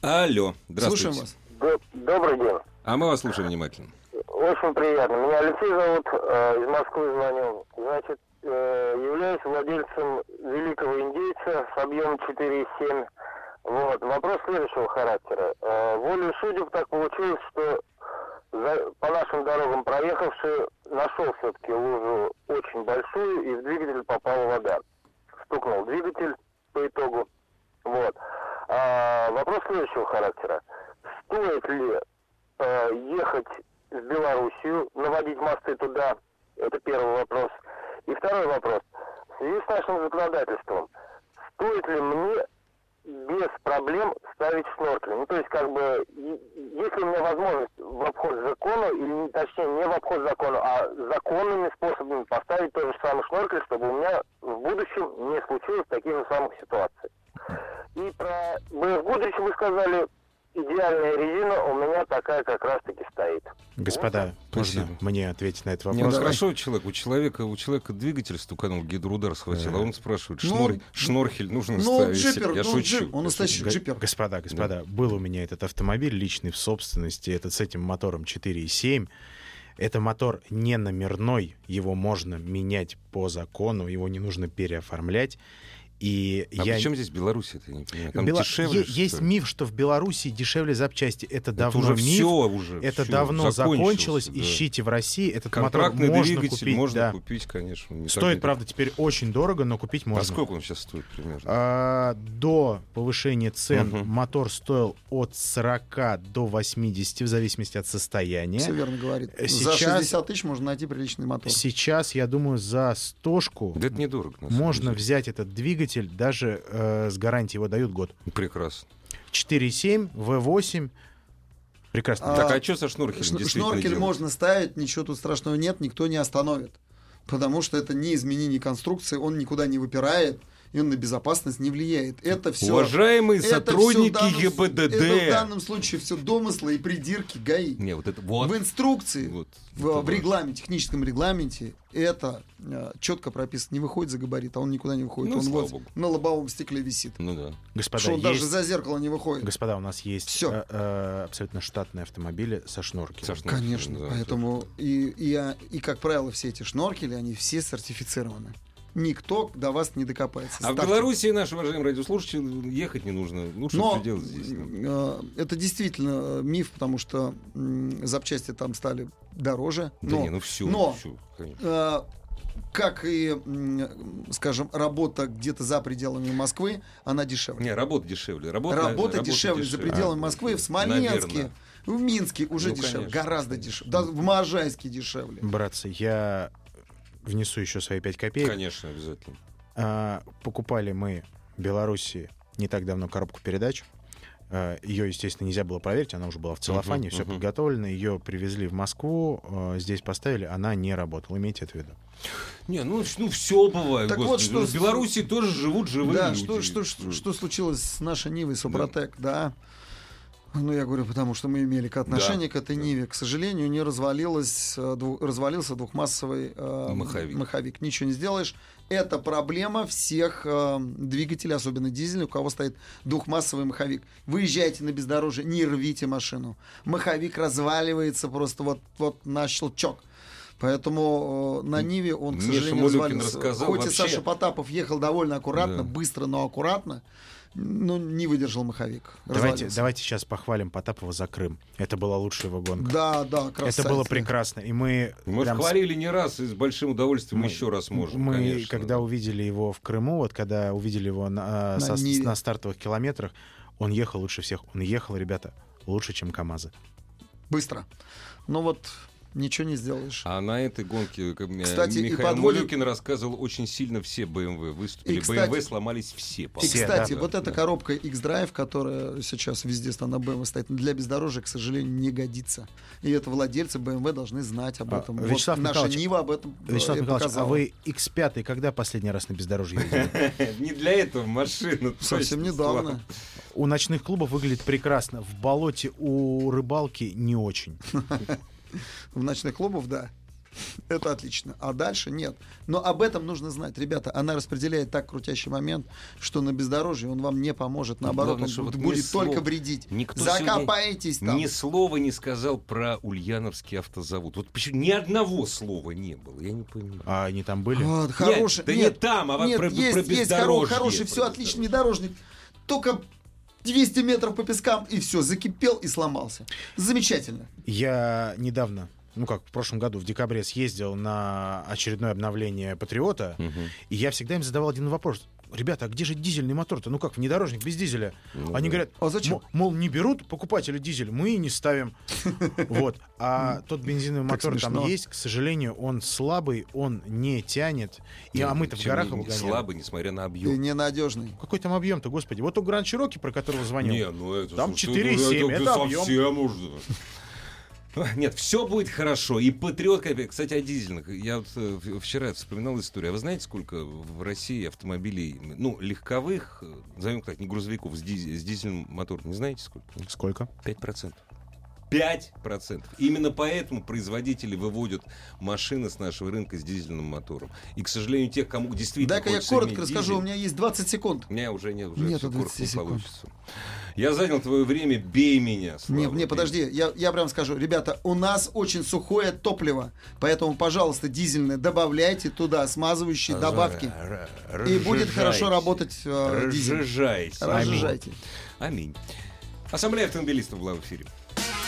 A: Алло, здравствуйте.
B: Слушаем вас.
D: Д- Добрый день.
A: А мы вас слушаем внимательно.
D: Очень приятно. Меня Алексей зовут, э, из Москвы звонил. Значит, э, являюсь владельцем великого индейца с объемом 4,7. Вот. Вопрос следующего характера. Э, волею судеб так получилось, что за- по нашим дорогам проехавший нашел все-таки лужу очень большую, и в двигатель попала вода. Стукнул двигатель по итогу. Вот. А, вопрос следующего характера. Стоит ли э, ехать в Белоруссию, наводить мосты туда? Это первый вопрос. И второй вопрос. В связи с нашим законодательством, стоит ли мне без проблем ставить шноркли? Ну, то есть, как бы, е- есть ли у меня возможность в обход закона, или, не- точнее, не в обход закона, а законными способами поставить тот же самый шноркель, чтобы у меня в будущем не случилось таких же самых ситуаций? И про БФ Гудрич вы сказали, идеальная резина у меня такая как раз-таки стоит.
C: Господа,
A: Спасибо.
C: можно мне ответить на этот
A: Не,
C: вопрос?
A: ну хорошо, человек, у человека, у человека двигатель стуканул, гидроудар схватил, а он спрашивает,
B: Ну,
A: шнор- шнорхель нужно
B: ну, он
A: ставить?
B: джипер,
A: Я
B: ну, он
A: шучу.
B: джип, он
A: Я
B: настоящий.
A: шучу.
C: Г-
B: джипер.
C: Господа, господа, был у меня этот автомобиль личный в собственности, этот с этим мотором 4.7. Это мотор не номерной, его можно менять по закону, его не нужно переоформлять. И
A: А
C: я...
A: при чем здесь Беларусь? Это я не понимаю. А Там
C: Бела-
A: дешевле,
C: Е-
A: что
C: Есть
A: ли?
C: миф, что в Беларуси дешевле запчасти. Это давно
A: это уже
C: миф.
A: все уже.
C: Это
A: всё,
C: давно закончилось.
A: да.
C: Ищите в России. Этот мотор
A: Контрактный
C: можно
A: двигатель
C: купить.
A: можно
C: да.
A: купить, конечно. не так
C: Стоит,
A: не-
C: правда, теперь очень дорого, но купить
A: А
C: можно.
A: сколько он сейчас стоит примерно?
C: А, до повышения цен
A: Мгм.
C: мотор стоил от 40 до 80, в зависимости от состояния.
B: Все верно говорит.
A: Э,
C: Сейчас-
B: За 60 тысяч можно найти приличный мотор.
C: Сейчас, я думаю, за стошку
A: а Да это недорого. на самом
C: можно
A: деле.
C: взять этот двигатель, даже э, с гарантией его дают год.
A: Прекрасно.
C: 4.7, V8. Прекрасно.
B: А,
A: Так, а что со шнорхелем
B: Шн-
A: действительно
B: шноркель
A: делать?
B: можно ставить, ничего тут страшного нет, никто не остановит. Потому что это не изменение конструкции, он никуда не выпирает. и он на безопасность не влияет. Это все...
A: Уважаемые
B: это всё в
A: сотрудники
B: данном-
A: ЕПДД.
B: Это в данном случае все домыслы и придирки ГАИ.
A: Не, вот это вот.
B: В инструкции,
A: Вот.
B: в, э,
A: Это
B: в
A: важно.
B: регламенте, техническом регламенте это э, четко прописано. Не выходит за габарит, а он никуда не выходит.
A: Ну,
B: он
A: слава
B: вот
A: богу.
B: на лобовом стекле висит.
A: Ну да.
C: Господа,
B: Что он
C: есть-
B: даже за зеркало не выходит.
C: Господа, у нас есть
B: Всё.
C: э, э, абсолютно штатные автомобили со шнурки.
A: Со шнурками.
B: Конечно,
A: ну, Да,
B: поэтому и, и, а, и, как правило, все эти шноркели, они все сертифицированы. Никто до вас не докопается.
A: А в
B: Ставьте.
A: Белоруссии, наши уважаемые радиослушатели, ну, ехать не нужно. Лучше
B: Но
A: все делать здесь. ну.
B: э, это действительно э, миф, потому что м, запчасти там стали дороже.
A: Да
B: но
A: не, ну все,
B: но-
A: все, конечно.
B: э, как и, м, скажем, работа где-то за пределами Москвы, она дешевле.
A: Не, работа дешевле. Работа,
B: Работа, дешевле, за пределами
A: А,
B: Москвы, в
A: наверно.
B: Смоленске, в Минске уже
A: Ну,
B: дешевле,
A: конечно,
B: гораздо
A: конечно.
B: дешевле. Да, в Можайске дешевле.
C: Братцы, я внесу еще свои 5 копеек.
A: Конечно, обязательно.
C: А, покупали мы в Беларуси не так давно коробку передач. Ее, естественно, нельзя было проверить, она уже была в целлофане,
A: Мгм,
C: все
A: мгм.
C: подготовлено. Ее привезли в Москву, э, здесь поставили, она не работала. Имейте это в виду.
A: Не, ну, все бывает.
B: Так вот,
A: господи.
B: что
A: Ну,
B: с-
A: в Беларуси тоже живут живые
B: да,
A: люди.
B: что, что, что, что случилось с нашей Нивой Супротек, да. Ну, я говорю, потому что мы имели к- отношение к этой
A: да.
B: Ниве. К сожалению, у нее развалилось, э, дву- развалился двухмассовый э,
A: Маховик.
B: маховик. Ничего не сделаешь. Это проблема всех э, двигателей, особенно дизельных, у кого стоит двухмассовый маховик. Выезжайте на бездорожье, не рвите машину. Маховик разваливается просто вот, вот на щелчок. Поэтому э, на Ниве он, к
A: Миша
B: сожалению,
A: Мулюкин
B: развалился.
A: рассказал
B: Хоть и
A: вообще-
B: Саша Потапов ехал довольно аккуратно,
A: Да.
B: быстро, но аккуратно, но не выдержал маховик.
C: Давайте,
B: Развалился.
C: давайте сейчас похвалим Потапова за Крым. Это была лучшая его гонка.
B: Да, да, красавец.
C: это было прекрасно. И мы,
A: Мы же
C: прям с-
A: хвалили не раз, и с большим удовольствием
C: Мы-
A: еще раз можем,
C: мы
A: конечно.
C: когда увидели его в Крыму, вот когда увидели его на,
B: На
C: э, со- с-
B: Ниве.
C: на стартовых километрах, он ехал лучше всех. Он ехал, ребята, лучше, чем КАМАЗы.
B: Быстро. Но вот ничего не сделаешь.
A: А на этой гонке как мне
B: Кстати, и
A: Михаил
B: подводит-
A: Мулюкин рассказывал очень сильно все BMW выступили.
B: И, кстати-
A: BMW сломались все.
B: И,
A: по-моему.
C: Все,
B: кстати,
A: да.
B: вот эта
A: Да.
B: коробка X-Drive, которая сейчас везде на BMW стоит, ну, для бездорожья, к сожалению, не годится. И это владельцы BMW должны знать об
C: А,
B: этом.
C: Вячеслав
B: вот наша
C: Михайлович,
B: Нива об этом э,
C: Вячеслав
B: и
C: Михайлович, а
B: показала.
C: вы X5 когда последний раз на бездорожье ездили?
A: Не для этого машина.
B: Совсем
A: точно,
B: недавно.
C: У ночных клубов выглядит прекрасно. В болоте у рыбалки не очень.
B: В ночных клубов, да. Это отлично. А дальше нет. Но об этом нужно знать, ребята. Она распределяет так крутящий момент, что на бездорожье он вам не поможет.
A: Ну,
B: Наоборот,
A: главное,
B: он
A: что вот
B: будет
A: ни
B: будет
A: слова.
B: только вредить.
A: Никто сегодня
B: Закопаетесь там.
A: Ни слова не сказал про Ульяновский автозавод. Вот почему ни одного слова не было, я не понимаю.
C: А они там были?
B: Вот, хороший.
A: да не
B: нет,
A: там, а вот
B: нет,
A: про-
B: есть,
A: про
B: есть хоро-
A: бездорожье,
B: хороший,
A: про
B: все отлично,
A: бездорожье.
B: внедорожник. Только 200 метров по пескам, и все, закипел и сломался. Замечательно.
C: Я недавно, ну как, в прошлом году, в декабре съездил на очередное обновление «Патриота», и я всегда им задавал один вопрос. Ребята, а где же дизельный мотор-то? Ну как, внедорожник без дизеля?
A: Ну
C: Они говорят,
B: А зачем?
C: мо- мол, не берут покупатели дизель, мы и не ставим. Вот. А тот бензиновый
B: Как
C: мотор там
B: смешно.
C: есть, к сожалению, он слабый, он не тянет. И, а мы-то в
A: Причем
C: горах
A: ну, не-
C: его
A: не
C: гоняли.
A: Слабый, несмотря на
B: Ты
A: объем.
B: ненадежный.
C: Какой там объем-то, господи? Вот у Гранд Чироки, про которого звонил.
A: Не, ну это...
C: Там
A: слушай,
C: 4,7, это объем.
A: совсем уж... Ну, Нет, все будет хорошо. И патриот, как- кстати, о дизельных. Я вот э, в- вчера вспоминал историю. А вы знаете, сколько в России автомобилей, ну, легковых, э, назовем так, не грузовиков, с, диз- с дизельным мотором, не знаете сколько?
C: Сколько?
A: 5%. 5%. Именно поэтому производители выводят машины с нашего рынка с дизельным мотором. И, к сожалению, тех, кому действительно
B: Дай-ка я
A: хочется иметь
B: коротко расскажу,
A: дизель,
B: у меня есть 20 секунд.
A: у меня уже нет, уже
B: Нету
A: всё коротко
B: 20
A: не
B: секунд.
A: получится. Я занял твое время, бей меня. Слава,
B: Не,
A: бей
B: не, подожди, я, я прям скажу, ребята, у нас очень сухое топливо, поэтому, пожалуйста, дизельное добавляйте туда смазывающие
A: меня.
B: добавки,
A: Р-
B: и
A: р-
B: будет хорошо
A: разжижайте.
B: работать э, дизель.
A: Разжижайте.
B: Разжижайте.
A: Аминь. Ассамблея автомобилистов была в эфире.